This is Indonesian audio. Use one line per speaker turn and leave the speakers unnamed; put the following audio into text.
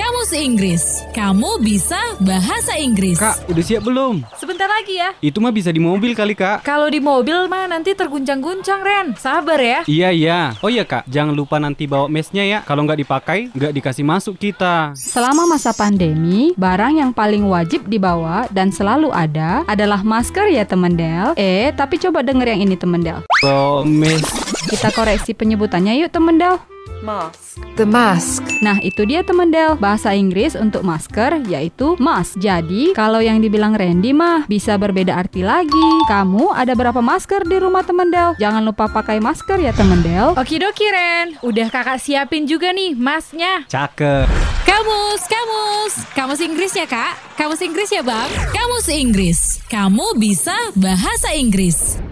Kamus Inggris. Kamu bisa bahasa Inggris.
Kak, udah siap belum?
Sebentar lagi ya.
Itu mah bisa di mobil kali, Kak.
Kalau di mobil mah nanti terguncang-guncang, Ren. Sabar ya.
Iya, iya. Oh iya, Kak. Jangan lupa nanti bawa mesnya ya. Kalau nggak dipakai, nggak dikasih masuk kita.
Selama masa pandemi, barang yang paling wajib dibawa dan selalu ada adalah masker ya teman Del. Eh, tapi coba denger yang ini teman Del.
Bawa mes.
Kita koreksi penyebutannya yuk teman Del.
The mask.
Nah, itu dia teman Del. Bahasa Inggris untuk masker yaitu mask. Jadi, kalau yang dibilang Randy mah bisa berbeda arti lagi. Kamu ada berapa masker di rumah teman Del? Jangan lupa pakai masker ya teman Del.
Okidoki, Ren. Udah kakak siapin juga nih masnya.
Cakep.
Kamus, kamus. Kamus Inggris ya, Kak? Kamus Inggris ya, Bang? Kamus Inggris. Kamu bisa bahasa Inggris.